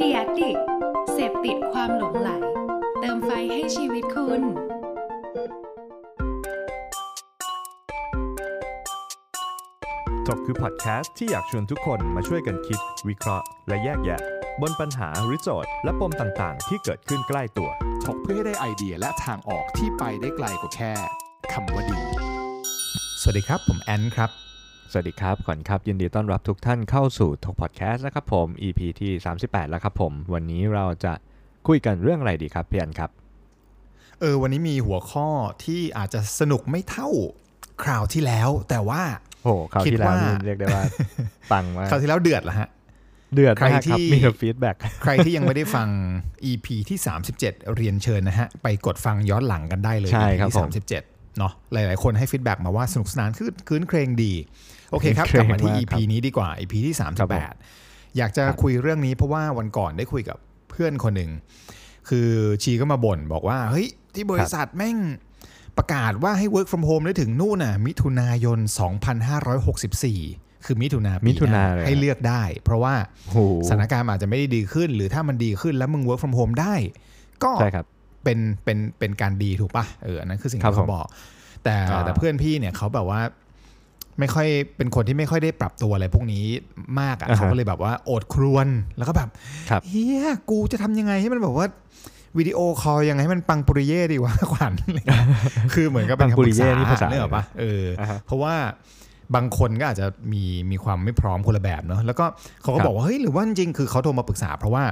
ดิกเสพติดความหลงไหล เติมไฟให้ชีวิตคุณ ถกคือพอดแคสต์ที่อยากชวนทุกคนมาช่วยกันคิด วิเคราะห์ และแยกแยะ บนปัญหาหรือโจทย์ และปมต่างๆ ที่เกิดขึ้นใกล้ตัว ถกเพื่อให้ได้ไอเดียและทางออกที่ไปได้ไกลกว่าแค่คำว่าดี สวัสดีครับ ผมแอนครับ สวัสดีครับขวัญครับ ยินดีต้อนรับทุกท่านเข้าสู่ถกพอดแคสต์นะครับผม EP ที่ 38 แล้วครับผม วันนี้เราจะคุยกันเรื่องอะไรดีครับพี่อันครับ เออวันนี้มีหัวข้อที่อาจจะสนุกไม่เท่าคราวที่แล้ว แต่ว่า โอ้โหคราวที่ คิด แล้ว ว่า นี่เรียกได้ว่า ปังมาก คราวที่แล้วเดือดละฮะ เดือดมาก ใครคที่รับมีฟีดแบ็ก ใครที่ยังไม่ได้ฟัง EP ที่ 37 เรียนเชิญนะฮะ ไปกดฟังย้อนหลังกันได้เลย ใช่ EP ครับ ที่ ผม 37เนาะหลาย ๆ คนให้ฟีดแบ็กมาว่าสนุกสนานขึ้นคืนเครงดี โอเคครับ คื กลั น บ เครง มาที่ มาก EP นี้ดีกว่า EP ที่ ครับผม 38 อยากจะคุยเรื่องนี้เพราะว่าวันก่อนได้คุยกับเพื่อนคนหนึ่ง คือชีก็มาบ่นบอกว่า เฮ้ย ที่บริษัทแม่งประกาศว่าให้ work from home ได้ถึงนู่นน่ะมิถุนายน 2564 คือมิถุนาปี มิ ห ถุนาเลย ให้ ฮะ เลือกได้ เพราะว่า โอ้โห สถานการณ์อาจจะไม่ได้ดีขึ้น หรือถ้ามันดีขึ้นแล้วมึง work from home ได้ ก็ ใช่ครับ เป็นเป็นเป็นการดีถูกปะเอออันนั้นคือสิ่ง ครับ ที่เขาบอก แต่ อ่า แต่เพื่อนพี่เนี่ยเขาแบบว่า ไม่ค่อยเป็นคนที่ไม่ค่อยได้ปรับตัวอะไรพวกนี้มากอะ่ะเขาก็เลยแบบว่าโอดครวนแล้วก็แบบ ครับ เฮียกูจะทำยังไงให้มันแบบว่าวิดีโอคอลยังไงให้มันปังปุริเย่ดีวะ ขวัญอะไรเงี้ย คือเหมือนกับเป็น ปังปุริเย่นี่ภาษา เนกอะปะเออ อ่าฮะ เพราะว่าบางคนก็อาจจะมีมีความไม่พร้อมคนละแบบเนาะแล้วก็เขาก็ ครับ บอกว่าเฮ้ยหรือว่าจริงๆคือเขาโทรมาปรึกษา เพราะว่า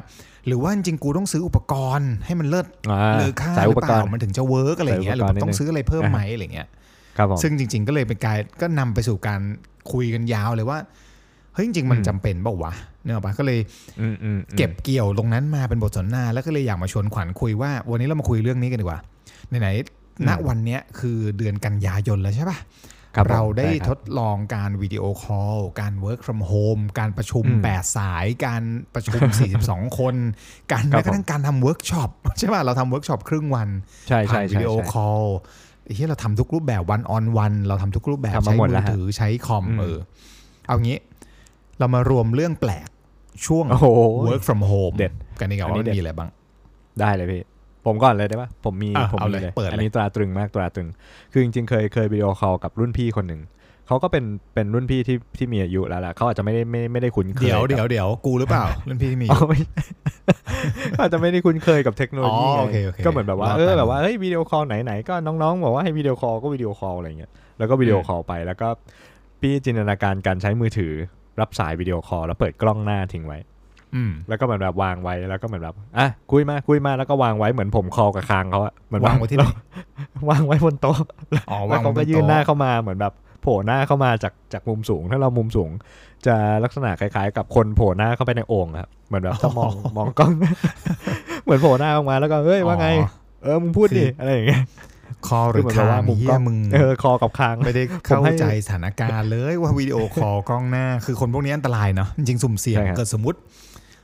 หรือว่าจริงๆกูต้องซื้ออุปกรณ์ให้มันเลิศ อ่า เลอค่า สาย หรื อุ อ ป เป กร ล่า ณ์ มันถึงจะเวิร์กอะไรอย่างเงี้ยหรือแบบต้องซื้ออะไรเพิ่มไหมอะไรเงี้ย ครับผม ซึ่งจริง ๆ ก็เลยเป็นการก็นำไปสู่การคุยกันยาวเลยว่าเฮ้ยจริง ๆ มัน อืม จำเป็นเปล่าวะเนกอะปะก็เลย อืมอืมอืม เก็บเกี่ยวตรงนั้นมาเป็นบทสนทนา แล้วก็เลยอยากมาชวนขวัญคุยว่า วันนี้เรามาคุยเรื่องนี้กันดีกว่าไหน อื ๆณ ม วันเนี้ยคือเดือนกันยายนแล้วใช่ปะ คบผม เราได้ ใช่ครับ ทดลองการวิดีโอคอลการ work from home การประชุม อืม 8 สายการประชุม 42 คน การ ครั แม้ บ กระทั่งการทำเวิร์กช็อปใช่ป่ะเราทำเวิร์กช็อปครึ่งวัน ใช่ ผ่า ใช่ นวิ ใช่ ดีโอ ใช่ คอลที่เราทำทุกรูปแบบวันออนวันเราทำทุกรูปแบบ ทำมา ใช้ หมด มื แล้ว อ ฮะ ถือใช้คอม อืม เออเอางี้ เรามารวมเรื่องแปลกช่วง โอ้โห work from home เด็ด กันดีกว่า อัน ว่า นี้ มัน เด็ด มีอะไรบ้าง ได้เลยพี่ ผมก่อนเลยได้ปะผมมี อ่ะ ผม เอา มี เลย เลย เปิดเลย อันนี้ตราตรึงมากตราตรึง คือจริงๆเคยเคยวิดีโอคอลกับรุ่นพี่คนหนึ่ง เขาก็เป็นเป็นรุ่นพี่ที่ที่มีอายุแล้วล่ะเขาอาจจะไม่ได้ไม่ไม่ได้คุ้นเคย เดี๋ยว กับ เดี๋ยวเดี๋ยวกูหรือ เปล่า รุ่นพี่ที่มี อ๋อไม่ เขาอาจจะไม่ได้คุ้นเคยกับเทคโนโลยีไงอ๋อโอเคโอเค ก็เหมือนแบบว่า ว่า เอ ไป อแบบว่าเฮ้ยวิดีโอคอลไหนๆก็น้องๆบอกว่าให้วิดีโอคอลก็วิดีโอคอลอะไรเงี้ยแล้วก็วิดีโอคอลไปแล้วก็พี่จินตนาการการใช้มือถือ รับสายวิดีโอคอลแล้วเปิดกล้องหน้าทิ้งไว้ อืม แล้วก็เหมือนแบบวางไว้แล้วก็เหมือนแบบอ่ะคุยมาคุยมาแล้วก็วางไว้เหมือนผมคอกับคางเขาอะเหมือน วางไว้ที่ไหน แล้ วางไว้บนโต๊ะ อ๋อ แล้ว าว ง เขา ไว้ ก็ บน ยื่น โต๊ะ หน้าเข้ามาเหมือนแบบโผล่หน้าเข้ามาจากจากมุมสูง ถ้าเรามุมสูง จะลักษณะคล้ายๆ กับคนโผล่หน้าเข้าไปในโอ่งอะครับเหมือนแบบถ้ามองมองกล้อง เหมือนโผล่หน้าออกมาแล้วก็เฮ้ยว่าไง อ๋อ เออมึงพูดดิ คือ อะไรอย่างเงี้ย คอหรือ คื คา เนแบบ ง มุม เฮี กล้ ย อง มึง เออคอกับคาง ไม่ได้ ผม เข้า ให้ ใจสถานการณ์เลย ว่าวิดีโอคอลกล้องหน้า คือคนพวกนี้อันตรายเนาะจริงๆสุ่มเสี่ยง ใช่ครับ เกิดสมมติ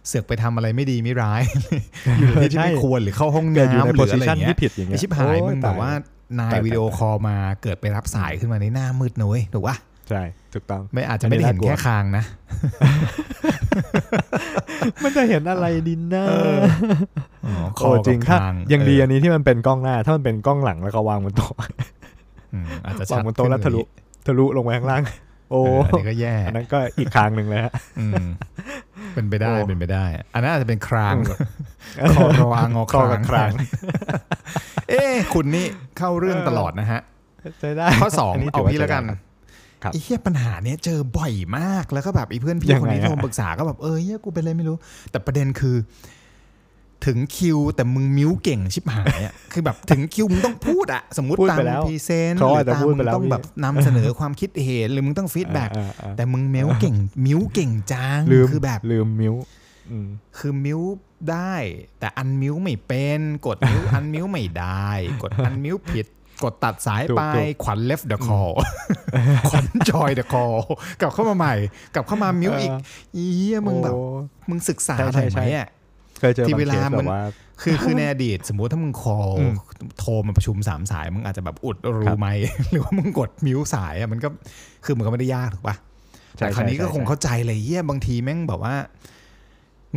เสือกไปทำอะไรไม่ดีไม่ร้าย อยู่ในที่ที่ ใช่ ไม่ควรหรือเข้าห้อง เกิดอยู่ใน น้ำห โพ รือ สิ อะไร ชัน เงี้ย ที่ผิดอย่าง ไอ เงี้ย ชิบหาย โอ้ มึงแบบว่า ตย นาย ตาย วิดีโอคอลมาเกิดไปรับสายขึ้นมาในหน้ามืดนะเว้ยถูกปะ ใช่ถูกต้อง ไม่อาจจะไม่อันได้นี้ เห็น น่ากลัว แค่คางนะ มันจะเห็นอะไรดินนะ คอ โอ้จริง กับ ถ้า คาง ยังดี เอ อันนี้ที่มันเป็นกล้องหน้า ถ้ามันเป็นกล้องหลังแล้วก็วางบนโต๊ะ ออืมอาจจะ วา ชั ง ด บนโต๊ะแล้วทะลุทะลุลงไปข้างล่าง โอ้ โอ้อันนี้ก็แย่ อันนั้นก็อีกทางหนึ่งเลยฮะ อืมเป็นไปได้ โอ้ เป็นไปได้ อันนั้นอาจจะเป็นครางคอรอางอ คอกับคราง เอ้คุณนี่เข้าเรื่องตลอดนะฮะ ใช้ได้ ข้อสอง นี้ถื เอา อว่า พี่แล้วกัน ใช้ได้ครับ ไอ้เหี้ยปัญหาเนี้ยเจอบ่อยมากแล้วก็แบบไอ้เพื่อน ยั พี่ งไง คนนี้ อะ โทรมาปรึกษาก็แบบเออเหี้ยกูเป็นอะไรไม่รู้ แต่ประเด็นคือ ถึงคิวแต่มึงมิ้วเก่งชิบหายอ่ะ คือแบบถึงคิวมึงต้องพูดอ่ะ สมมติ พูด ตาม ไปแล้ว พรีเซนต์ เขา หรื อาจ อ จะ ตาม พูด มึ ไป ง แล้ว ต้อง พี่ แบบนำเสนอความคิดเห็นหรือมึงต้องฟีดแบ็ก อ่าอ่า แต่มึงเมลเก่ง มิ้วเก่งจัง ลืม คือแบบ ลืมมิ้วอืม คือมิ้วได้ แต่อันมิ้วไม่เป็นกดมิ้ว อันมิ้วไม่ได้ กดอันมิ้วผิด กดตัดสาย ถูก ไป ถูก ขวัญ left the call ขวัญจอยเดอะค อกลับเข้ามาใหม่ กลับเข้ามามิวอีกอีเหี้ยมึงแบบ โอ้ มึงศึกษา ใช่ ห ใช่ น่อยไห ใช่ มอ่ะ เคยเจอ ที่ บาง เว เค ลา ส มั แบ น บว่า คือคือในอดีต สมมุติถ้ามึงคอ อืม โทรมาประชุมสามสาย มึงอาจจะแบบอุดรู ครับ ไหม หรือว่ามึงกดมิวสายอ่ะมันก็คือมันก็ไม่ได้ยากถูกปะ ใช่ แต่คราวนี้ ใช่ ก็คง ใช่ เข้าใจเลยเหี้ยบางทีแม่งแบบว่า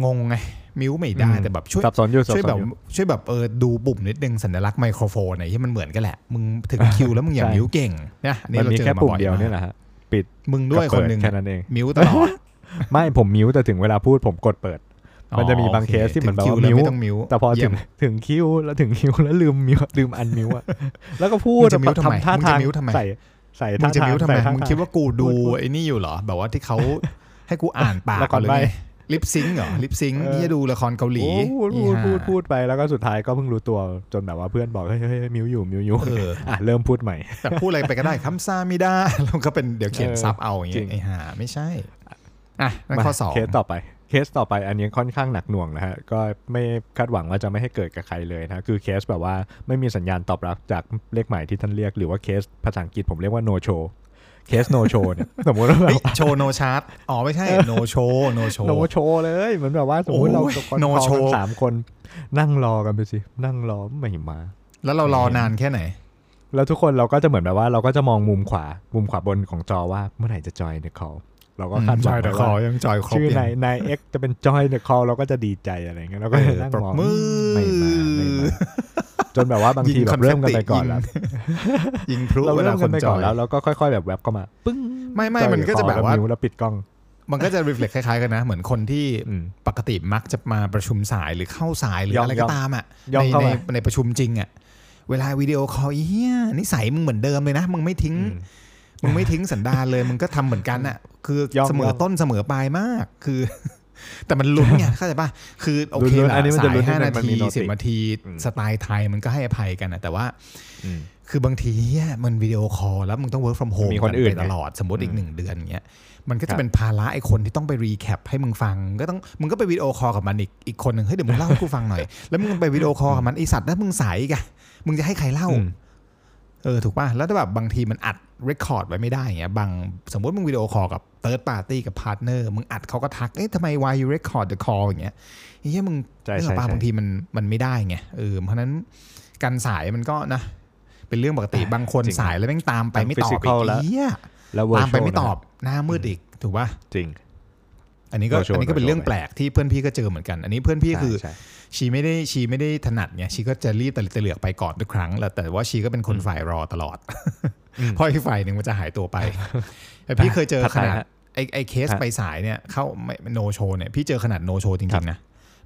งงไง มิวไม่ได้ อืม แต่แบบช่วย สับสนอยู่สับ ช่วย สน แบบ อยู่ ช่วยแบบเออดูปุ่มนิดนึงสัญลักษณ์ไมโครโฟนไหนที่มันเหมือนกันแหละ มึงถึงคิวแล้วมึงอย่า ใช่ มิวเก่งนะอันนี่ มัน เรา มี เจอ แค่ มา ปุ่ม บ่อย เดียวเนี่ย มาก แหละฮะปิด มึงด้วย กับเปิคนหนึ่ง แค่นั้นเอง มิวตลอด ไม่ผมมิวแต่ถึงเวลาพูดผมกดเปิด มันจะมีบางเคสที่เหมือนแบบว่า ถึงคิวมิวแล้วไม่ต้องมิว แต่พอถึง เยี่ย ถึงคิวแล้วถึงคิวแล้วลืมมิวลืมอันมิว อะแล้วก็พูด มึงจะมิวทำไม ท่า มึง ทา จะ ง มิวทำไม ใส่ใส่ มึ ท่าง จะ ทาง มิวทำไม ใส่ท่า มึง ทาง คิดว่ากูดู พูดพูด ไอ้นี่อยู่เหรอ แบบว่าที่เขา ให้กูอ่านปาก ละคร หอ ใบ้ ไงลิปซิงค์เหรอลิปซิงค์ เออ ที่จะดูละครเกาหลี โอ้พูด อี พูด ห่า พูดพูดไปแล้วก็สุดท้ายก็เพิ่งรู้ตัวจนแบบว่าเพื่อนบอกเฮ้ยเฮ้ยเฮ้ยมิวอยู่มิวอยู่ เออ อ่ะเริ่มพูดใหม่ แต่พูดอะไรไปก็ได้คำซาไม่ได้ แล้วก็เป็นเดี๋ยวเขียน เออ ซับเอาอย่างเงี้ จริ ย ง ไอ้ห่าไม่ใช่อ่ะนั่น มา ข้อสอง เคสต่อไป เคสต่อไปอันนี้ค่อนข้างหนักหน่วงนะฮะ ก็ไม่คาดหวังว่าจะไม่ให้เกิดกับใครเลยนะ คือเคสแบบว่าไม่มีสัญญาณตอบรับจากเลขหมายที่ท่านเรียก หรือว่าเคสภาษาอังกฤษผมเรียกว่า no show เคส no show เนี่ย สมมติว่าแบ เฮ้ย บ โชว์โนชาร์ตอ๋อ ไม่ใช่ โนโชว์โนโช no ว์ show เลยเหมือนแบบว่าสมมติเรา โอ้ย ตกคน no คอกัน show สามคนนั่งรอกันไปสิ นั่งรอไม่มา แล้วเรารอนานแค่ไหน แล้วทุกคนเราก็จะเหมือนแบบว่าเราก็จะมองมุมขวา มุมขวาบนของจอว่าเมื่อไหร่จะจอยเดอะคอลเราก็คาดหวังไว้ว่า ยังจอยครบ ชื่อ ยั นาย ง นายเอ็กจะเป็นจอยเดอะคอลเราก็จะดีใจอะไรเงี้ยเราก็จะนั่ง ปรบ มอง มือ ไม่มาไม่มาจนแบบว่าบางที ยิง แบ คอบ นเฟตติ เริ่มกันไปก่อนแล้ว ยิงพลุ เรา เว เริ่ ลาม ค กัน น ไป จ ก่อ อน ย แล้วเราก็ค่อยๆแบบแวบเข้ามา ปึ้ง ไม่ไม่มันก็จะแบบว่า ล้แล้วปิดกล้อง มันก็จะรีเฟล็กคล้ายๆกันนะ เหมือนคนที่ อืม ปกติมักจะมาประชุมสายหรือเข้าสายหรือย่ อง อะไร ย่ ก็ อง ตามอ่ะ ย่อง ใน เข้า ใน มา ในประชุมจริงอ่ะเวลาวิดีโอคอลเฮียนิสัยมึงเหมือนเดิมเลยนะ มึงไม่ทิ้ง อืม มึงไม่ทิ้งสันดานเลย มึงก็ทำเหมือนกันอ่ะ คือย่ อง เสมอย่ อ อง ต้นเสมอปลายมากคือ แต่มันลุ้นไงเข้าใจป่ะคือโอเค ลุ้นๆ ละ อันนี้มันจะ สา ลุ้ ย น ห้า นิดนึ นาง มัน ที มีโนติ สิบนาที อืม สไตล์ไทยมันก็ให้อภัยกันนะแต่ว่า อืม คือบางทีอะมันวิดีโอคอลแล้วมึงต้อง work from home มีคนอื่น กัไปตลอดสมมติอี อื ก ม หนึ่งเดือนเงี้ยมันก็ ครั จะ บ เป็นภาระไอ้คนที่ต้องไปรีแคปให้มึงฟัง ก็ต้องมึงก็ไปวิดีโอคอลกับมันอีกอีกคนหนึ่งเฮ้ยเดี๋ยวมึงเล่าให้กูฟังหน่อย แล้วมึงไปวิดีโอคอลกับมันไอสัตว์แล้วมึงสายอีกอะมึงจะให้ใครเล่า อืม เออถูกป่ะ แล้วถ้าแบบบางทีมันอัดเรคคอร์ดไว้ไม่ได้อย่างเงี้ยบางสมมติมึงวิดีโอคอลกับเติร์ดปาร์ตี้กับพาร์ทเนอร์มึงอัดเขาก็ทัก เอ๊ะทำไม why you record the call อย่างเงี้ยไอ้เหี้ยมึง ใช่ เรื่อง ใช่ ปา ใช่ บางทีมันมันไม่ได้ไงเออเพราะฉะนั้นการสายมันก็นะ เป็นเรื่องปกติบางคน จริง สายแล้วแม่งตามไปไม่ตอบอีก physical แล้ว เหี้ย แล้ว virtual ตามไปไม่ตอบ นะ หน้ามืดอีกถูกป่ะ จริง อันนี้ก็ virtual อันนี้ก็เป็นเรื่องแปลกที่เพื่อนพี่ก็เจอเหมือนกัน อันนี้เพื่อนพี่คือ ใช่ ชีไม่ได้ชีไม่ได้ถนัดเนี่ยชีก็จะรีบแต่ละเลือกไปก่อนทุกครั้งแหละแต่ว่าชีก็เป็นคนฝ่ายรอตลอด อืม เพราะอีกฝ่ายหนึ่งมันจะหายตัว ไปแต่พี่เคยเจอ ถัด ข ไป นาด ฮะ ไอไอเคส ฮะ ไปสายเนี่ยเข้าไม่โนโชเนี่ยพี่เจอขนาดโนโชจ ครั ริ บ งๆนะ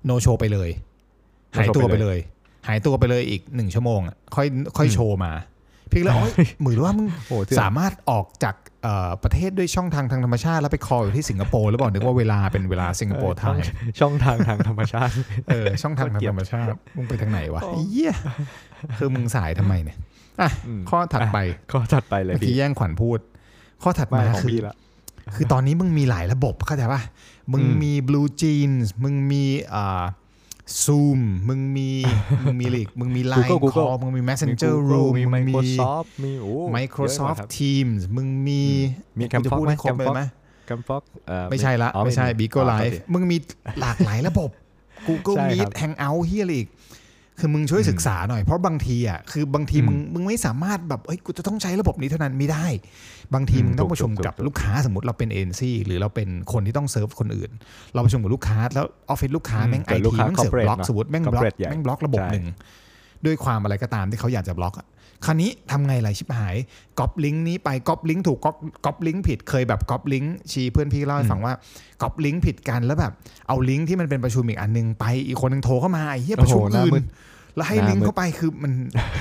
โนโชไปเลย no show หายตัว ไป ไป เล เลย ย หายตัวไปเลยอีกหนึ่งชั่วโมงอะค่อยค่อย อืม โชว์มา พี่ก็เลยโอ๊ย เหมือนว่ามึง โอ้เถื่อน สามารถออกจากเอ่อประเทศด้วยช่องทางทางธรรมชาติแล้วไปคออยู่ที่สิงคโปร์แล้วบอกนึกว่าเวลาเป็นเวลาสิงคโปร์ไทย ช่องทางทางธรรมชาติ เออช่องทาง โคตรเกลีย ธ ด รรมชาติมึงไปทางไหนวะ โอ้ ไอ้เหี้ยคือมึงสายทำไมเนี่ยอ่ะ อืม ข้อถัดไป ก็จัดไปเลย เมื่อ พี่ กี้แย่งขวัญพูด ข้อถัด ไม่ มา ของ คือ พี่ละ คือตอนนี้มึงมีหลายระบบเข้าใจป่ะ มึง อืม มี Blue Jeans มึงมีอ่า Zoom มึงมีมึงมีลีกมึงมี Line Google Google Call มึงมี Messenger มี Google Room มี มึงมี Microsoft มีโอ้ Microsoft Teams มึงมี มี กูจะ Cambox พูดให้ครบเลย ไหม ไหม กัมฟอก ไม่ใช่ละ ไม่ใช่ Bigo Live มึงมีหลากหลายระบบ Google ใช่ครับ Meet Hangout เฮียอะไรอีก คือมึงช่วยศึกษาหน่อย เพราะบางทีอ่ะคือบางทีมึงมึงไม่สามารถแบบเอ้ยกูจะต้องใช้ระบบนี้เท่านั้นไม่ได้ บางที อืม มึงต้อง ถู ป ก ระชุม ถูก กับ ถูก ลูกค้าสมมติเราเป็นเอ็นซีหรือเราเป็นคนที่ต้องเซิร์ฟคนอื่น เราประชุมกับลูกค้าแล้วออฟฟิศลูกค้าแม่งไอ เกิดลูก ที ค้า แม่งเสือกบ corporate ล็อก เนอะ สมมติแม่งบล็อก corporate ใหญ่ แม่งบล็อกระบบ ใช่ หนึ่งด้วยความอะไรก็ตามที่เขาอยากจะบล็อกอะคราวนี้ทำไงไรชิบหายก๊อปลิงก์นี้ไปก๊อปลิงก์ถูกก๊อปก๊อปลิงก์ผิดเคยแบบก๊อปลิงก์ชีเพื่อนพี่เล่าให้ฟังว่าก๊อปลิงก์ผิดกันแล้วแบบเอาลิงก์ที่มันเป็นประชุมอีกอันหนึงไปอีกคนหนึงโทรเข้ามาไอ้เหี้ยประชุม โอ้โหหน้า อื่ มืด นแล้วให้ หน้า ลิงก์ มืด เข้าไปคือมัน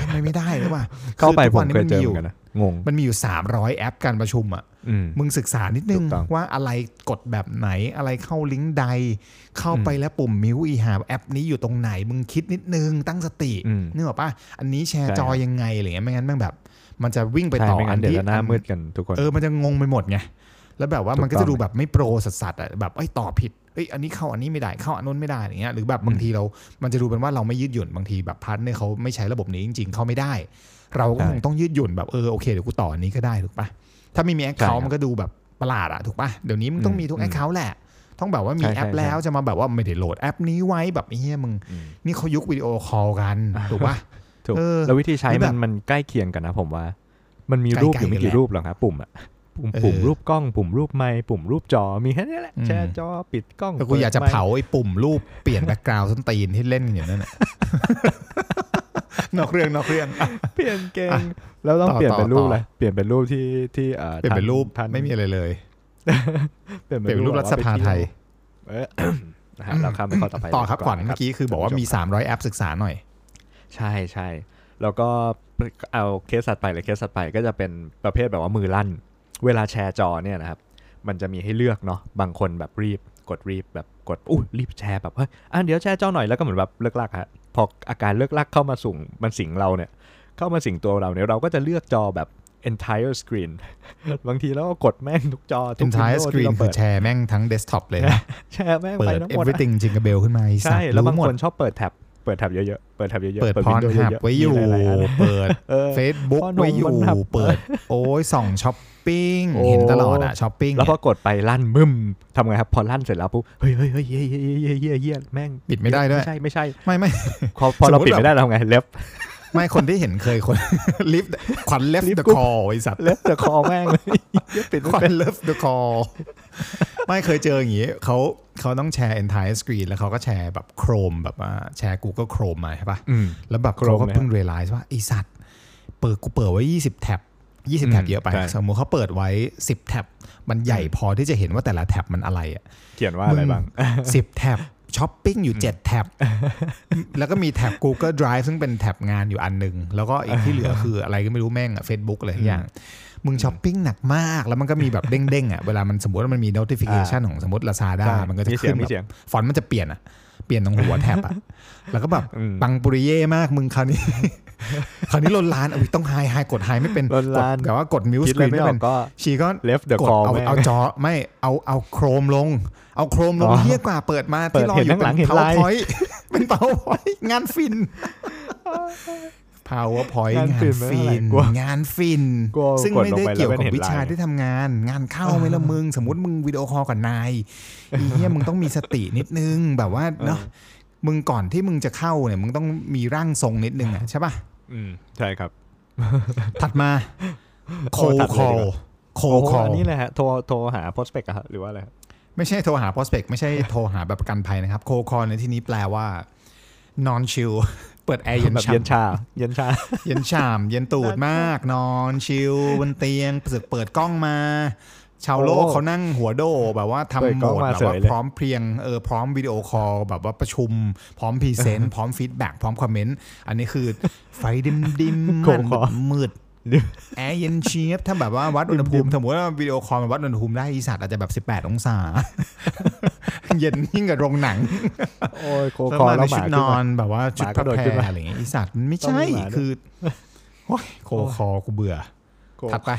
ไม่ไม่ได้หรือว่า เข้าไป คืผอทุกวั ม นนี้ เคย มัน เจอ มี เหมืออยู่ นกันนะงง มันมีอยู่300แอปการประชุมอ่ะ อืม มึงศึกษานิดนึง ถูกต้อง ว่าอะไรกดแบบไหนอะไรเข้าลิงก์ใด เข้าไปแล้วปุ่มมิวอีหาแอปนี้อยู่ตรงไหน มึงคิดนิดนึงตั้งสติ อืม นึกออกปะอันนี้แชร์ ใช่ จอยังไงอะไรเงี้ยไม่งั้นแม่งแบบ มันจะวิ่งไป ใช่ ต่อ ไม่งั้นเดี๋ยว ที่ จะหน้ามืดกันทุกคน เออมันจะงงไปหมดไงแล้วแบบว่า ถูก มันก็จะดู ต้อง แบบไม่โปรสัสๆอ่ะแบบไอ้ยต่อผิดเอ้ยอันนี้เข้าอันนี้ไม่ได้เข้าอันนู้นไม่ได้อย่างเงี้ยหรือแบบบางทีเรา มันจะดูเป็นว่าเราไม่ยืดหยุ่นบางทีแบบพาร์ทเนี่ยเขาไม่ใช้ระบบนี้จริง ๆ เข้าไม่ได้ เราก็ ใช่ คงต้องยืดหยุ่นแบบเออโอเคเดี๋ยวกูต่ออันนี้ก็ได้ถูกปะถ้าไม่มีแอค ใช่ค เคา รั ท์ บ มันก็ดูแบบประหลาดอะถูกปะเดี๋ยวนี้มันต้องมีทุก อืม แอคเคาท์แหละ ต้องแบบว่ามี ใช่ แอป ใช่ แล้วจะมาแบบว่าไม่ได้โหลดแอปนี้ไว้แบบเฮียมึง อืม นี่เขายุควิดีโอคอลกันถูกปะ ถูก เออ แล้ววิธีใช้ หรือแบ มัน บ มันใกล้เคียงกันนะผมว่า มันมี ใกล้ๆ รูปอยู่ไม่ กันแห กี่ ละ รูปหรอกครับปุ่มอะ ปุ่ม เออ ปุ่มรูปกล้อง ปุ่มรูปไม้ปุ่มรูปจอมีแค่นี้แหละแชร์จอปิดกล้อง แต่กูอยากจะ ปิดไมค์ เผาไอ้ปุ่มรูปเปลี่ยนแบ็กกราวด์ส้นตีนที่เล่นกันอยู่นั่นน่ะ นอกเรื่องนอกเรื่อง เปลี่ยนเก่ง อ่ะ แล้วต้อง ต่อ เปลี่ยนเป็นรูป ต่อ อะไรเปลี่ยนเป็นรูปที่ที่เอ่อ เปลี่ยนเป็นรูป ทัน ไม่มีอะไรเลย เปลี่ยน เปลี่ยเป็นเป็นรูนรู ป ปรัฐสภาไทย เออ นะฮะเราข้ามไปข้อต่อไป ต่อครับ ดี ก่อน ว่าะ เมื่ รั อกี้คือบอกว่ามี 300 แอปศึกษาหน่อย ใช่ใช่แล้วก็เอาเคสสัดไปเลยเคสสัดไปก็จะเป็นประเภทแบบว่ามือลั่น เวลาแชร์จอเนี่ยนะครับ มันจะมีให้เลือกเนาะบางคนแบบรีบกดรีบแบบกดอู้รีบแชร์แบบเฮ้ยอ่ะเดี๋ยวแชร์จอหน่อยแล้วก็เหมือนแบบเลิกลักฮะพออาการเลิกลักเข้ามาส่งมันสิงเราเนี่ย เข้ามาสิงตัวเราเนี่ยเราก็จะเลือกจอแบบ entire screen บางทีแล้วก็กดแม่งทุกจอทุก window entire ที่ screen เรา คื เปิ อ ด แชร์แม่งทั้งเดสก์ท็อปเลยนะ แชร์แม่ง เปิ ไป ด ทั้งหมดอะ everything จิงกะเบลขึ้นมาไอ้สัต ใช่ ว์ แล้วบาง รู้หม ค ด นชอบเปิดแท็บเปิดแท็บเยอะๆ เปิดแท็บเยอะๆ เปิดพร window หับ เะๆ ไว้อยู่ มีหลาๆน เปิด เออ Facebook พรหับ ไว้อยู่ พรหับ เปิ ด โอ้ยส่องช้อปปิ้ง โอ้ เห็นตลอดอะช้อปปิ้ง แล้วพ เนี่ อยกดไปลั่นมึมทำไงครับ พอลั่นเสร็จแล้วปุ๊บ เฮ้ยเฮ้ยเฮ้ยเฮ้ยเฮ้ยเฮ้ยเฮ้ยเฮ้ยเฮ้ยแม่ง ปิดไม่ได้ด้วย ไม่ใช่ ไม่ใช่ ไม่ ไม่ พอพอเรา สมมุติ ปิดไม่ได้เราทำไงเล็บ ไม่คนที่เห็นเคยคน ลิฟขวัญเลฟ Lift เดอะ กรุ๊ป คอไอ้สัตว์ เล็บจะคอแม่งเลยเหี้ยปิด ไม่ ขวั เป็น ญเลฟเดอะคอ ไม่เคยเจออย่างงี้เขาเขาต้องแชร์ entire screen แล้วเขาก็แชร์แบบโครมแบบว่าแชร์ Google Chrome มาใช่ปะ อืม แล้วแบบ Chrome เขาก็เพิ่งเรียลไลซ์ว่าไอสัตว์ เปิดกูเปิดไว้ 20 แท็บ 20 แท็บ อืม เยอะไป ใช่ สมมุติเขาเปิดไว้ 10 แท็บ มันใหญ่พอที่จะเห็นว่าแต่ละแท็บมันอะไรอ่ะ เขียนว่าอะไรบ้าง สิบแท็บช้อปปิ้งอยู่ 7 แท็บ แล้วก็มีแท็บ Google Drive ซึ่งเป็นแท็บงานอยู่อันหนึ่งแล้วก็อีกที่เหลือคืออะไรก็ไม่รู้แม่งอ่ะ Facebook อะไรทุกอย่าง มึงช้อปปิ้งหนักมาก แล้วมันก็มีแบบเด้งๆอ่ะ เวลามันสมมติว่ามันมี notification ของสมมติ Lazada ใช่ มันก็จะ มีเสี ขึ้ ยง น มี แบบ เสียง ฟอนต์มันจะเปลี่ยนอ่ะ เปลี่ยนตรงหัวแท็บอ่ะ แล้วก็แบบ อืม ปังปุริเย่มากมึงคราวนี้ คราวนี้ลนลานเอาอุ๊ยต้องไฮไฮกดไฮไม่เป็น ลนลาน กดแต่ว่ากดมิวส์ คิด สก เล รี ย น ไม่อไม่อ เป็ ก น ก็ ชีก็ left the กด call เอา แม่ง เอาจอไม่เอาเอาโครมลง เอาโครมลง อ๋อ เยี่ยกว่าเปิดมา เปิ ที่ ด รอ เห็น อยู่ ข้างหลังเป็น เห็นลาย powerpoint เป็น powerpoint งานฟิน powerpoint งาน งา ฟิ น นไม่ ฟิ เท่าไหร่ น กลัว งานฟิน กลัว ซึ่ง กด ไม่ ลงไปแล้ได้ว เกี่ยวกับ ไม่เห็น วิชา ลาย ที่ทำงาน งานเข้าไหมละมึ ง สมมติมึงวิดีโอคอลกับนายอีเหี้ยมึงต้องมีสตินิดนึงแบบว่าเนาะ มึงก่อนที่มึงจะเข้าเนี่ย มึงต้องมีร่างทรงนิดนึงอ่ะใช่ป่ะ อืมใช่ครับ ถัดมาโค โอ้ถัด ค เล อย ล ดีกว่า โค โอ้โห คอล อันนี้แหละฮะโทรโทรหา prospect อะฮะหรือว่าอะไรฮะ ไม่ใช่โทรหา prospect ไม่ใช่โทรหาแบบประกันภัยนะครับ โคคอลในที่นี้แปลว่า นอนชิล เปิดแอร์เย็น แบบ ฉ่ เย็นชาเย็นชา ำเย็นฉ่ำเย็นตูดมาก นอนชิลบนเตียงเสือกเปิดกล้องมา ชาวโลก โอ้ เขานั่งหัวโดแบบว่า เปิด ทำโห กล้องมด มา แบบ เฉ ว่าย เลย พร้อมเพรียงเออพร้อมวิดีโอคอลแบบว่าประชุม พร้อมพรีเซนต์ พร้อมฟีดแบ็กพร้อมคอมเมนต์ อันนี้คือไฟดิมดิ มๆมันมืด แอร์เย็นเชียบถ้าแบบว่าวัดอุณหภูมิสมมติว่าวิดีโอคอลมาวัดอุณหภูมิได้อีสัตว์อาจจะแบบ 18 องศา เย็นยิ่งกับโรงหนัง โอ้ยโค แล้ว คอ มา แล้ ใน วห ชุ มา ด ขึ้ น น อ มา นแบบว่าชุด หมากพระ ระโดด แพ ขึ้น ร มา อะไรอย่างเงี้ยอีสัตว์มันไม่ ต้อง ใช่ มีหมาด้วย คือโอ้ยโคคอกูเบื่อ โค ถัดไป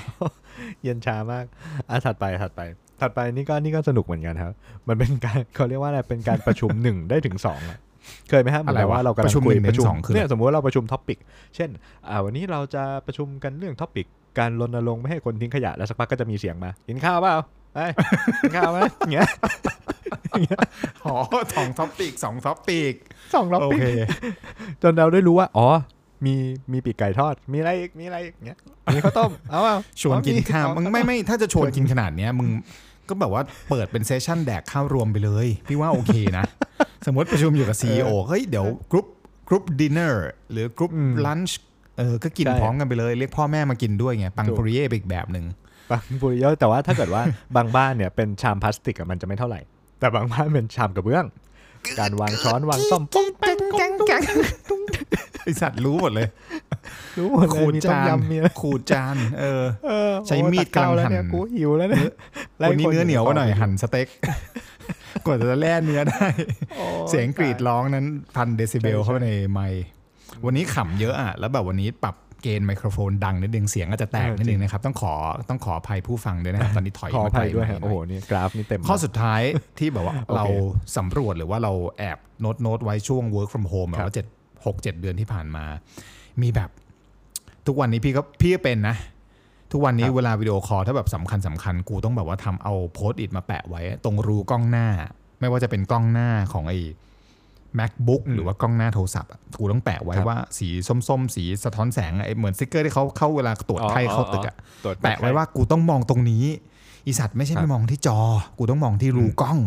เย็นชามากอ่ะถัดไปถัดไป ถัดไปนี่ก็นี่ก็สนุกเหมือนกันครับ มันเป็นการ เขาเรียกว่าอะไร เป็นการประชุม หนึ่งได้ถึงสองอะเคยไหมฮะเหมือนแบบ อะไรวะ ว่าเรากำลั ป ง ระชุม คุย หนึ่ง ประชุม ถึงสองคืออะไร เนี่ยสมมติว่าเราประชุมท็อปิก เช่น อ่า วันนี้เราจะประชุมกันเรื่องท็อปิก การรณรงค์ไม่ให้คนทิ้งขยะ แล้วสักพักก็จะมีเสียงมา กินข้าวเปล่าไปกินข้าวไหมอย่างเงี้ย อ๋อสองท็อปปิกสองท็อปปิก สองรอบ โอ ปิ้ง เค จนเราได้รู้ว่า อ๋อ มี มีปีกไก่ทอด มีอะไรอีก มีอะไรอีกเงี้ย มีข้าวต้ม เอาเปล่า ชวนกินข้าวมึงไม่ เอ ไม่ถ้าจะชวนกินขนาดเนี้ยมึงก็แบบว่าเปิดเป็นเซสชั่นแดกข้าวรวมไปเลย พี่ว่าโอเคนะ สมมติประชุมอยู่กับซีอเฮ้ยเดี๋ยวกรุ๊ปกรุ๊ปดินเนอร์หรือกรุ๊ป อืม ลันช์เออก็กิน ใช่ พร้อมกันไปเลย เรียกพ่อแม่มากินด้วยไง ปัง ถูก ปุริเย่ไปอีกแบบหนึ่ง บางบุริโยแต่ว่าถ้าเกิดว่า บางบ้านเนี่ยเป็นชามพลาสติกอะมันจะไม่เท่าไหร่ แต่บางบ้านเป็นชามกระเบื้อง การวางช้อนวางซ่อม แกงแกงแกงไอสัตว์รู้หมดเลย รู้หมดเลย ขูด มีต้ม จาน ยำมีอะไร ขูดจานเออ เออ ใช้มีด โอ้ยตัข้าว กำลัแล้วงเนี่ย หั่น กูหิวแล้วเนี่ย วันนี้เนื้อเหนียวกว่าหน่อยหั่นสเต็กกว่าจะแล่เนื้อ ได้ โอ้ เสียงกรีด ตา ร้องนั้นพันเดซิเบล ใช่ เข้าไปในไมค์วันนี้ขำเยอะอ่ะ แล้วแบบวันนี้ปรับเกณฑ์ไมโครโฟนดังนิดนึงเสียงอาจจะแตกนิดนึงนะครับ ต้องขอต้องขออภัยผู้ฟังด้วยนะครับ ตอนนี้ถอย ขออ มาไก ภั ล ยด้วยฮะ หน่ โอ้โหนี่กราฟนี่เต็ม ข้อสุดท้าย ที่แบบว่า โอเค เราสำรวจหรือว่าเราแอบโน้ตโน้ตไว้ช่วง work from home แบ ครับ บ ว่าเจ็ดหกเจ็ดเดือนที่ผ่านมา มีแบบ ทุกวันนี้พี่ก็พี่ก็เป็นนะ ทุกวันนี้เวลาวิดีโอคอลถ้าแบบสำคัญสำคัญกูต้องแบบว่าทำเอาโพสต์อิทมาแปะไว้ ตรงรูกล้องหน้า ไม่ว่าจะเป็นกล้องหน้าของไอ้ macbook หรือว่ากล้องหน้าโทรศัพท์อะกูต้องแปะไว้ ครับ ว่าสีส้มๆ สีสะท้อนแสงอะไอ้เหมือนสติ๊กเกอร์ที่เขาเข้าเวลาตรวจไข้เข้าตึกอะ ตรจ แปะไว้ว่ากูต้องมองตรงนี้ อีสัตว์ไม่คใช่รับ ไปมองที่จอ กูต้องมองที่รูกล้อง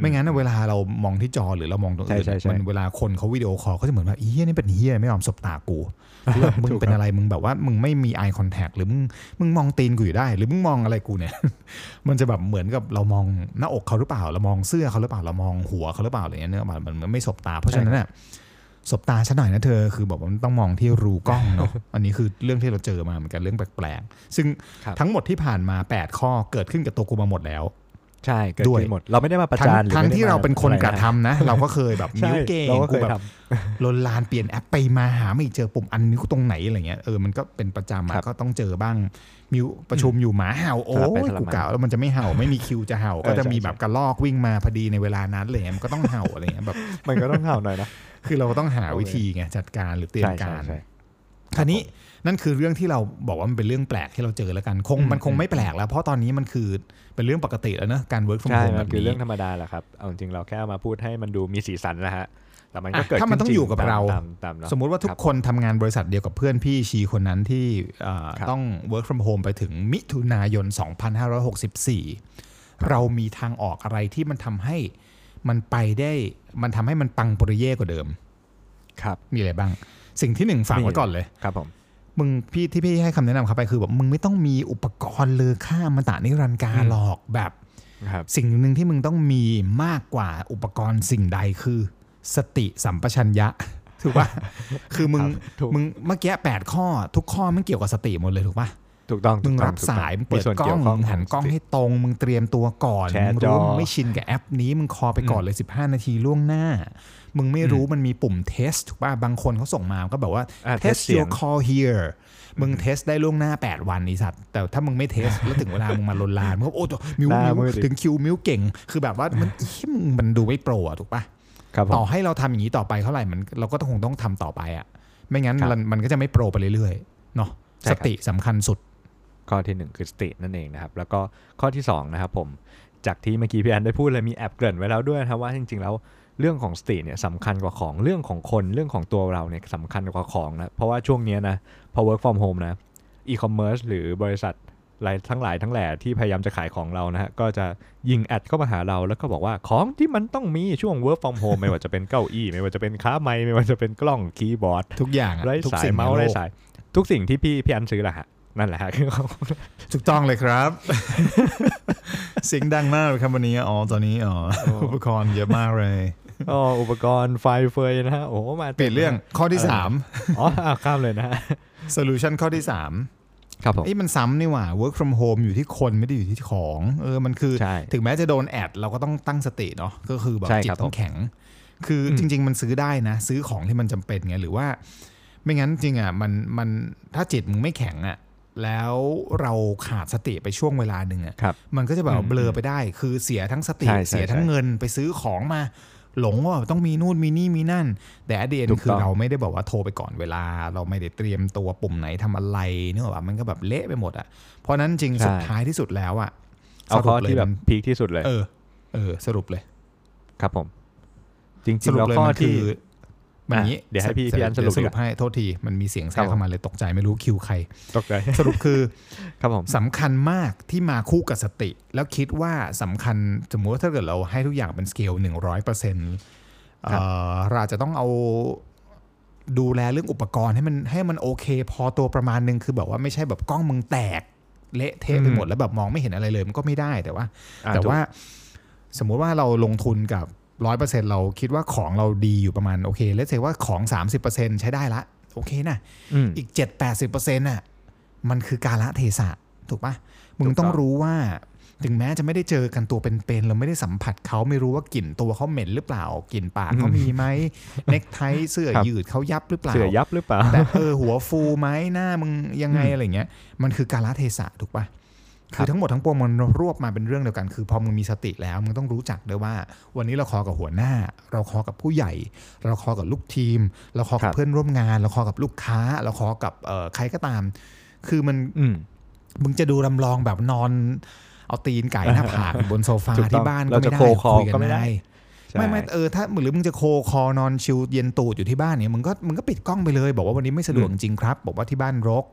ไม่งั้นนะเวลาเรามองที่จอหรือเรามองตรงอื่น ใช่ใช่ใช่ มันเวลาคนเขาวิดีโอคอลเขาจะเหมือนแบบอีเหี้ยนี่เป็นเหี้ยไม่ยอมสบตา กูหรือแบบมึง ถูกครับ เป็นอะไรมึงแบบว่ามึงไม่มี eye contact หรือมึงมึงมองตีนกูอยู่ได้ หรือมึงมองอะไรกูเนี่ย มันจะแบบเหมือนกับเรามองหน้าอกเขาหรือเปล่า เรามองเสื้อเขาหรือเปล่าเรามองหัวเขาหรือเปล่าอะไรเงี้ยเนื้อะมันมันไม่สบตา เพราะฉะนั้นน่ะสบตาฉันหน่อยนะเธอคือแบบว่ามันต้องมองที่รูกล้องเนาะ อันนี้คือเรื่องที่เราเจอมาเหมือนกันเรื่องแปลกๆซึ่ง ครับ ทั้งหมดที่ผ่านมา 8 ข้อเกิดขึ้นกับตัวกูมาหมดแล้ว ใช่เกิด ด้วย ขึ้นหมด เราไม่ได้มาประ ทั้ง จานหอ ทั้ง ไม่ได้ ที่เราเป็นคน อไ กระทำนะ เราก็เคยแบบ ใช่ นิ้วเก่ง เราก็เค กู ย แบบ ท ลนลานเปลี่ยนแอปไปมาหาไม่เจอปุ่มอันนิ้วตรงไหนอะไรเงี้ยเออมันก็เป็นประจำ ครั อะ บ ก็ต้องเจอบ้างมิวประชุมอยู่หมาเห่าโอ้ สลับไป ย สลับมา กูกล่าวแล้วมันจะไม่ เห่าไม่มีคิวจะเห่า ก็จะ ใช่ มีแบบกระลอกวิ่งมาพอดีในเวลานั้นอะไรเงี้ยมันก็ต้องเห่าอะไรเงี้ยแบบ ำมันก็ต้องเห่าหน่อยนะ คือเราก็ต้องหาวิธีไงจัดการหรือเตรียมการ ใช่ใช่ คราวนี้นั่นคือเรื่องที่เราบอกว่ามันเป็นเรื่องแปลกที่เราเจอแล้วกันคง อืม มันคงไม่แปลกแล้วเพราะตอนนี้มันคือเป็นเรื่องปกติแล้วเนอะการ work ใช่ from ใช่ home มั แบ น บ คือ นี้ เรื่องธรรมดาแหละครับ เอาจริงๆเราแค่เอามาพูดให้มันดูมีสีสันนะฮะ แต่มันก็ อ่ะ เกิด ถ้ามันต้อง ขึ้จ อยู่กับ ต เรา ตามตามเนอะ สมมุติว่าทุ ค ก รับ คนทำงานบริษัทเดียวกับเพื่อนพี่ชีคนนั้นที่เอ่อ ครับ ต้อง work from home ไปถึงมิถุนายน 2564 เรามีทางออกอะไรที่มันทำให้มันไปได้มันทำให้มันปังปริเย่กว่าเดิม ครับ มีอะไรบ้าง สิ่งที่หนึ่งฝาก มี ไว้ก่อนเลย ครับผม มึงพี่ที่พี่ให้คำแนะนำเขาไปคือแบบมึงไม่ต้องมีอุปกรณ์เลอค่ามาตานิรันดร์การหรอกแบบ ครับ สิ่งหนึ่งที่มึงต้องมีมากกว่าอุปกรณ์สิ่งใดคือ สติสัมปชัญญะ ถูกปะคือมึง ครับถูก มึงเมื่อกี้แปดข้อ ทุกข้อมันเกี่ยวกับสติหมดเลยถูกปะ ถูกต้อง มึง ถูกต้อง รับสายมึง มี เปิด ส่วน กล้ กี่ อยง ว มึงหันกล้อง ข ให้ตรง มึงเตรียมตัวก่อน แชร์ มึงรู้ จอ มึงไม่ชินกับแอปนี้ มึงคอไปก่อนเลย 15 นาทีล่วงหน้า มึงไม่รู้มันมีปุ่มเทสถูกป่ะบางคนเขาส่งมาก็แบบว่า อ่า test test เสียง your call here มึงเทสได้ล่วงหน้า 8 วันนี่สัตว์ แต่ถ้ามึงไม่เทส แล้วถึงเวลามึงมาลนลานมึงก็โอ้ตัวมิว หน้ามื มิ ด ว อีก ถึงคิวมิวเก่ง คือแบบว่ามัน อีมึงมันดูไม่โปรอะถูกปะ ครับผ ต่อ ม ให้เราทำอย่างนี้ต่อไปเท่าไหร่มันเราก็ต้องคงต้องทำต่อไปอะไม่งั้น ครับ มันมันก็จะไม่โปรไปเรื่อยๆเนาะ ใช่ค ส รับ ติสำคัญสุด ข้อที่หนึ่งคือสตินั่นเองนะครับ แล้วก็ข้อที่สองนะครับผม จากที่เมื่อกี้พี่แอนได้พูดเลยมีแอบเกริ่นไว้แล้วด้วยนะครับว่าจริงๆแล้วเรื่องของสติเนี่ยสำคัญกว่าของเรื่องของคนเรื่องของตัวเราเนี่ยสำคัญกว่าของนะเพราะว่าช่วงเนี้ยนะพอ work from home นะ e-commerce หรือบริษัทหลายทั้งหลายทั้งแหล่ที่พยายามจะขายของเรานะฮะก็จะยิงแอดเข้ามาหาเราแล้วก็บอกว่าของที่มันต้องมีช่วง work from home ไม่ว่าจะเป็นเก้าอี้ ไม่ว่าจะเป็นค้าไม้ไม่ว่าจะเป็นกล้องคีย์บอร์ด ทุกอย่างอะ ไร้ ทุก สาย สิ่ง เมาส์ ใน ไร้ โลก สาย ทุกสิ่งที่พี่พี่แอนซื้อแหละฮะนั่นแหละฮะ คือของ ถูกต้องเลยครับ เสียงดังมากเลยครับวันนี้อ๋อตอนนี้อ๋ออุปกรณ์เยอะมากเลย อ๋ออุปกรณ์ไฟเฟยนะฮะโอ้โหมาต็ม เปลี่ยนเรื่องข้อที่สาม อ๋ออ่ะข้ามเลยนะฮะ solution ข้อที่สาม ครับผม ไอ้ยมันซ้ำนี่หว่า work from home อยู่ที่คนไม่ได้อยู่ที่ของ เออ มันคือ ใช่ ถึงแม้จะโดนแอดเราก็ต้องตั้งสติเนาะ ก็คือแบบ ใช่ จิ ค ต รับ ต้องแข็ง คือจริง ๆ มันซื้อได้นะ ซื้อของที่มันจำเป็นไง หรือว่า ไม่งั้นจริงอ่ะ มัน มัน ถ้าจิตมึงไม่แข็งอ่ะ แล้วเราขาดสติไปช่วงเวลาหนึ่งอ่ะ ครับ มันก็จะแบบ อืม เบลอไปได้ คือเสียทั้งสติ ใช่ใช่ เสียทั้ง ใช่ เงินไปซื้อของมา หลงว่าต้องมีนู่นมีนี่มีนั่น แต่อดีต ถูก คือ ต้อง เราไม่ได้บอกว่าโทรไปก่อนเวลา เราไม่ได้เตรียมตัวปุ่มไหนทำอะไรเนกอะว่ามันก็แบบเละไปหมดอะเพราะนั้นจริง ใช่ สุดท้ายที่สุดแล้วอะ เอาข้อที่แบบ มัน พีคที่สุดเลย เออ เออ สรุปเลย ครับผม จริ ส งๆ รุป แล้ว เลย ข้อ มันคื ที่ อมันอย่างนี้ อ่ะเดี๋ยวให้พี่พี่อันสรุป เดี๋ยวสรุปให้โทษทีมันมีเสียงแทร ครั ก บผม เข้ามาเลยตกใจไม่รู้คิว ใคร ตกใจ สรุปคือ ครับผม สำคัญมากที่มาคู่กับสติ แล้วคิดว่าสำคัญสมมติว่าถ้าเกิดเราให้ทุกอย่างเป็นสเกล 100%เอ่อ ครับ เราอาจจะต้องเอาดูแลเรื่องอุปกรณ์ให้มันให้มันโอเค พอตัวประมาณหนึงคือแบบว่าไม่ใช่แบบกล้องมึงแตก เละเทะไปหมดแล้วแบบมองไม่เห็นอะไรเลยมันก็ไม่ได้แต่ว่า อ่ะ แต่ว่า ถูก สมมุติว่าเราลงทุนกับร้อยเปอร์เซ็นเราคิดว่าของเราดีอยู่ประมาณโอเคเลสเซว่าของ 30%ใช้ได้ละ โอเคนะ อืม อีก 7 8 0น่ะมันคือการละเทศะถูกปะมึงต้อง ถูกต้อง รู้ว่าถึงแม้จะไม่ได้เจอกันตัวเป็นๆเราไม่ได้สัมผัสเขาไม่รู้ว่ากลิ่นตัวเขาเหม็นหรือเปล่ากลิ่นปากเขามีไหมเน็กไทเสื้อยืดเขายับหรือเปล่า เสือยับหรือเปล่า แต่เออหัวฟูไหมหน้ามึงยังไง อืม อะไรเงี้ยมันคือการละเทศะถูกปะ ครับ คือทั้งหมดทั้งปวงมันรวบมาเป็นเรื่องเดียวกันคือพอมึงมีสติแล้วมึงต้องรู้จักด้วยว่า วันนี้เราคอกับหัวหน้า เราคอกับผู้ใหญ่ เราคอกับลูกทีม เราคอกับเพื่อนร่วมงาน เราคอกับลูกค้า เราคอกับเอ่อใครก็ตาม คือมัน อืม มึงจะดูลำลองแบบนอน เอาตีนไก่หน้าผากอยู่บนโซฟา ถูกต้อง ที่บ้านก็ไม่ เราจะ ได้ cold call คุยกั ก็ น ไม่ได้ ได้ ใช่ ไม่ไม่เออถ้าหรือมึงจะโคคอนอนชิลเย็นตูดอยู่ที่บ้านเนี่ยมึงก็มึงก็ปิดกล้องไปเลย บอกว่าวันนี้ไม่สะดวก อืมจริงครับ บอกว่าที่บ้านรก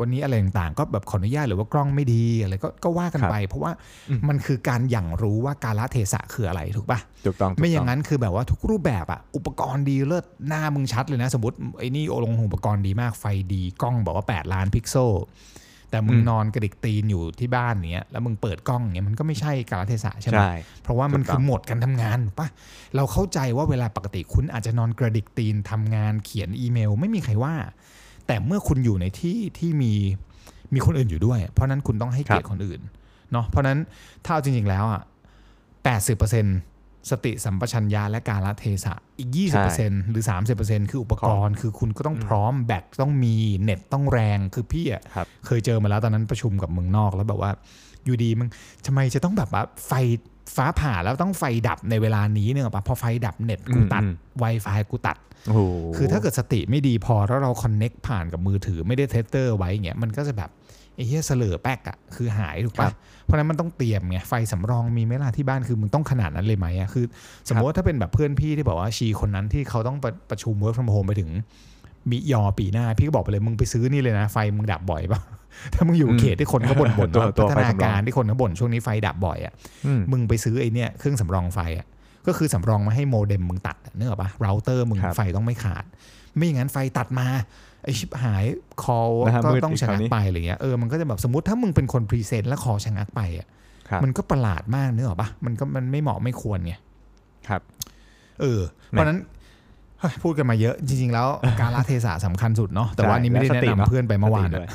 วันนี้อะไรต่างๆ ก็แบบขออนุญาตหรือว่ากล้องไม่ดีอะไรก็ก็ว่ากัน ครับ ไป เพราะว่า อืม มันคือการหยั่งรู้ว่าการละเทศะคืออะไรถูกปะ ถูกต้องถูกต้ ไม่อย่างนั้นคือแบบว่าทุกรูปแบบอะอุปกรณ์ดีเลิศหน้ามึงชัดเลยนะ สมมติไอ้นี่โอลงอุปกรณ์ดีมากไฟดีกล้องบอกว่า 8 ล้านพิกเซล แต่มึงนอนกระดิกตีนอยู่ที่บ้านเนี้ยแล้วมึงเปิดกล้องเนี้ยมันก็ไม่ใช่การเทศะใช่ไหม ใช่ เพราะว่ามัน ถูกต้ คืออง โหมดการทำงานถูกปะเราเข้าใจว่าเวลาปกติคุณอาจจะนอนกระดิกตีนทำงานเขียนอีเมล ไม่มีใครว่า แต่เมื่อคุณอยู่ในที่ที่มีมีคนอื่นอยู่ด้วย เพราะนั้นคุณต้องให้เกียรติคนอื่นเนาะเพราะนั้นถ้าเอาจริงๆแล้วอ่ะ 80%สติสัมปชัญญะและการละเทศะอีก 20%หรือ 30%คืออุปกรณ์ คือคุณก็ต้องพร้อมแบตต้องมีเน็ตต้องแรงคือพี่อ่ะ ครับ เคยเจอมาแล้วตอนนั้นประชุมกับเมืองนอกแล้วแบบว่า อยู่ดีมึงทำไมจะต้องแบบว่าไฟฟ้าผ่าแล้วต้องไฟดับในเวลานี้เนี่ยหรอปะพอไฟดับเน็ตกูตัด อืม Wi-Fi กูตัด โอ้โห คือถ้าเกิดสติไม่ดีพอแล้วเราคอนเน็กผ่านกับมือถือไม่ได้เทสเตอร์ไว้เงี้ยมันก็จะแบบไอ้เหี้ยเสลอแป๊กอะคือหายถูก ครั ปะ บ เพราะฉะนั้นมันต้องเตรียมไงไฟสำรองมีไหมล่ะที่บ้านคือมึงต้องขนาดนั้นเลยไหมอะคือ สมมติว่าถ้าเป็นแบบเพื่อนพี่ที่บอกว่าชีคนนั้นที่เขาต้องประประชุม work from home ไปถึงมิยอปีหน้า พี่ก็บอกไปเลยมึงไปซื้อนี่เลยนะ ไฟมึงดับบ่อยเปล่ะ ถ้า มึงอยู่ อืม เขตที่คนเขาบ่นบ่น ตัวตัว พัฒ ไฟ นา สำรอง การที่คนเขาบ่นช่วงนี้ไฟดับบ่อยอะ อืม มึงไปซื้อไอเนี่ยเครื่องสำรองไฟอ่ะก็คือสำรองมาให้โมเด็มมึงตัดอะเนกอะปะเราเตอร์มึง ครับ ไฟต้องไม่ขาด ไม่อย่างนั้นไฟตัดมาไอชิบหายคอ นะฮะ ก็ มืด ต้อง อีก ชะงั คราก วนี้ ไปอะไรเงี้ยเออมันก็จะแบบสมมติถ้ามึงเป็นคนพรีเซนต์แล้วคอชะงักไปอ่ะ ครับ มันก็ประหลาดมากเนกอะปะมันก็มันไม่เหมาะไม่ควรไง ครับ เออเพราะฉะนั้นเฮ้ยพูดกันมาเยอะจริง ๆ แล้ว การละเทศะสำคัญสุดเนาะแต่ว่าอันนี้ไม่ได้ ใช่ แนะ และสติ นำ เนาะ เพื่อนไปเมื่อวาน สติ อะ ด้วย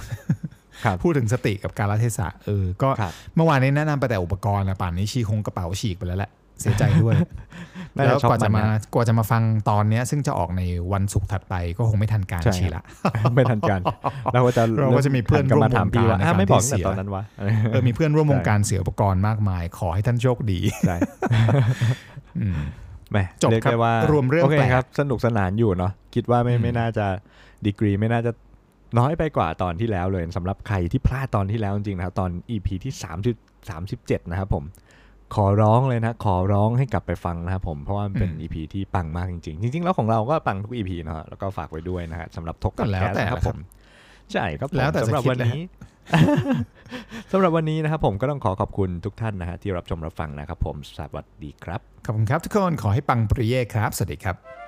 ครับ พูดถึงสติกับการละเทศะเออก็ ครับ เมื่อวานนี้แนะนำไปแต่อุปกรณ์นะป่านนี้ชีคงกระเป๋าฉีกไปแล้วแหละเสียใจด้วย น่า แล้ว ช็อก ว่าจะ น มาน กว่าจะมาฟังตอนเนี้ยซึ่งจะออกในวันศุกร์ถัดไปก็คงไม่ทันการ ใช่ ชีละ ไม่ทัน การเราก็จะ เราก็จะมีเพื่อน หักลับมาถามพี่ ร่วมวง ว่าอ้าการวไม่ ในบการอก ที่ ตั้งแต่ตเสียอนนั้นวะเอ เอ อ อมีเพื่อนร่วมวง ใช่ การเสียอุปกรณ์มากมาย ขอให้ท่านโชคดี ใช่ อืม แหม จบ เยก ครับ ได้ว่าร วมเรื่อง โอเค แปลก ครับ สนุกสนานอยู่เนาะคิดว่าไม่ อืม ไม่น่าจะดีกรีไม่น่าจะน้อยไปกว่าตอนที่แล้วเลยสำหรับใครที่พลาดตอนที่แล้วจริงๆนะครับตอน EP ที่3 37 นะครับผม ขอร้องเลยนะ ขอร้องให้กลับไปฟังนะครับผมเพราะว่ามันเป็น EP ที่ปังมากจริงๆ จริง ๆ แล้วของเราก็ปังทุก EP นะฮะแล้วก็ฝากไว้ด้วยนะฮะสำหรับทก ก็แล้วแต่ ครั ละ บผครับ ม ใช่ครับผม แล้วแต่จะ สำหรับ คิด วัน นะฮะ นี้ สำหรับวันนี้นะครับผมก็ต้องขอขอบคุณทุกท่านนะฮะที่รับชมรับฟังนะครับผมสวัสดีครับ ขอบคุณครับทุกคนขอให้ปังปรีเย่ครับ สวัสดีครับ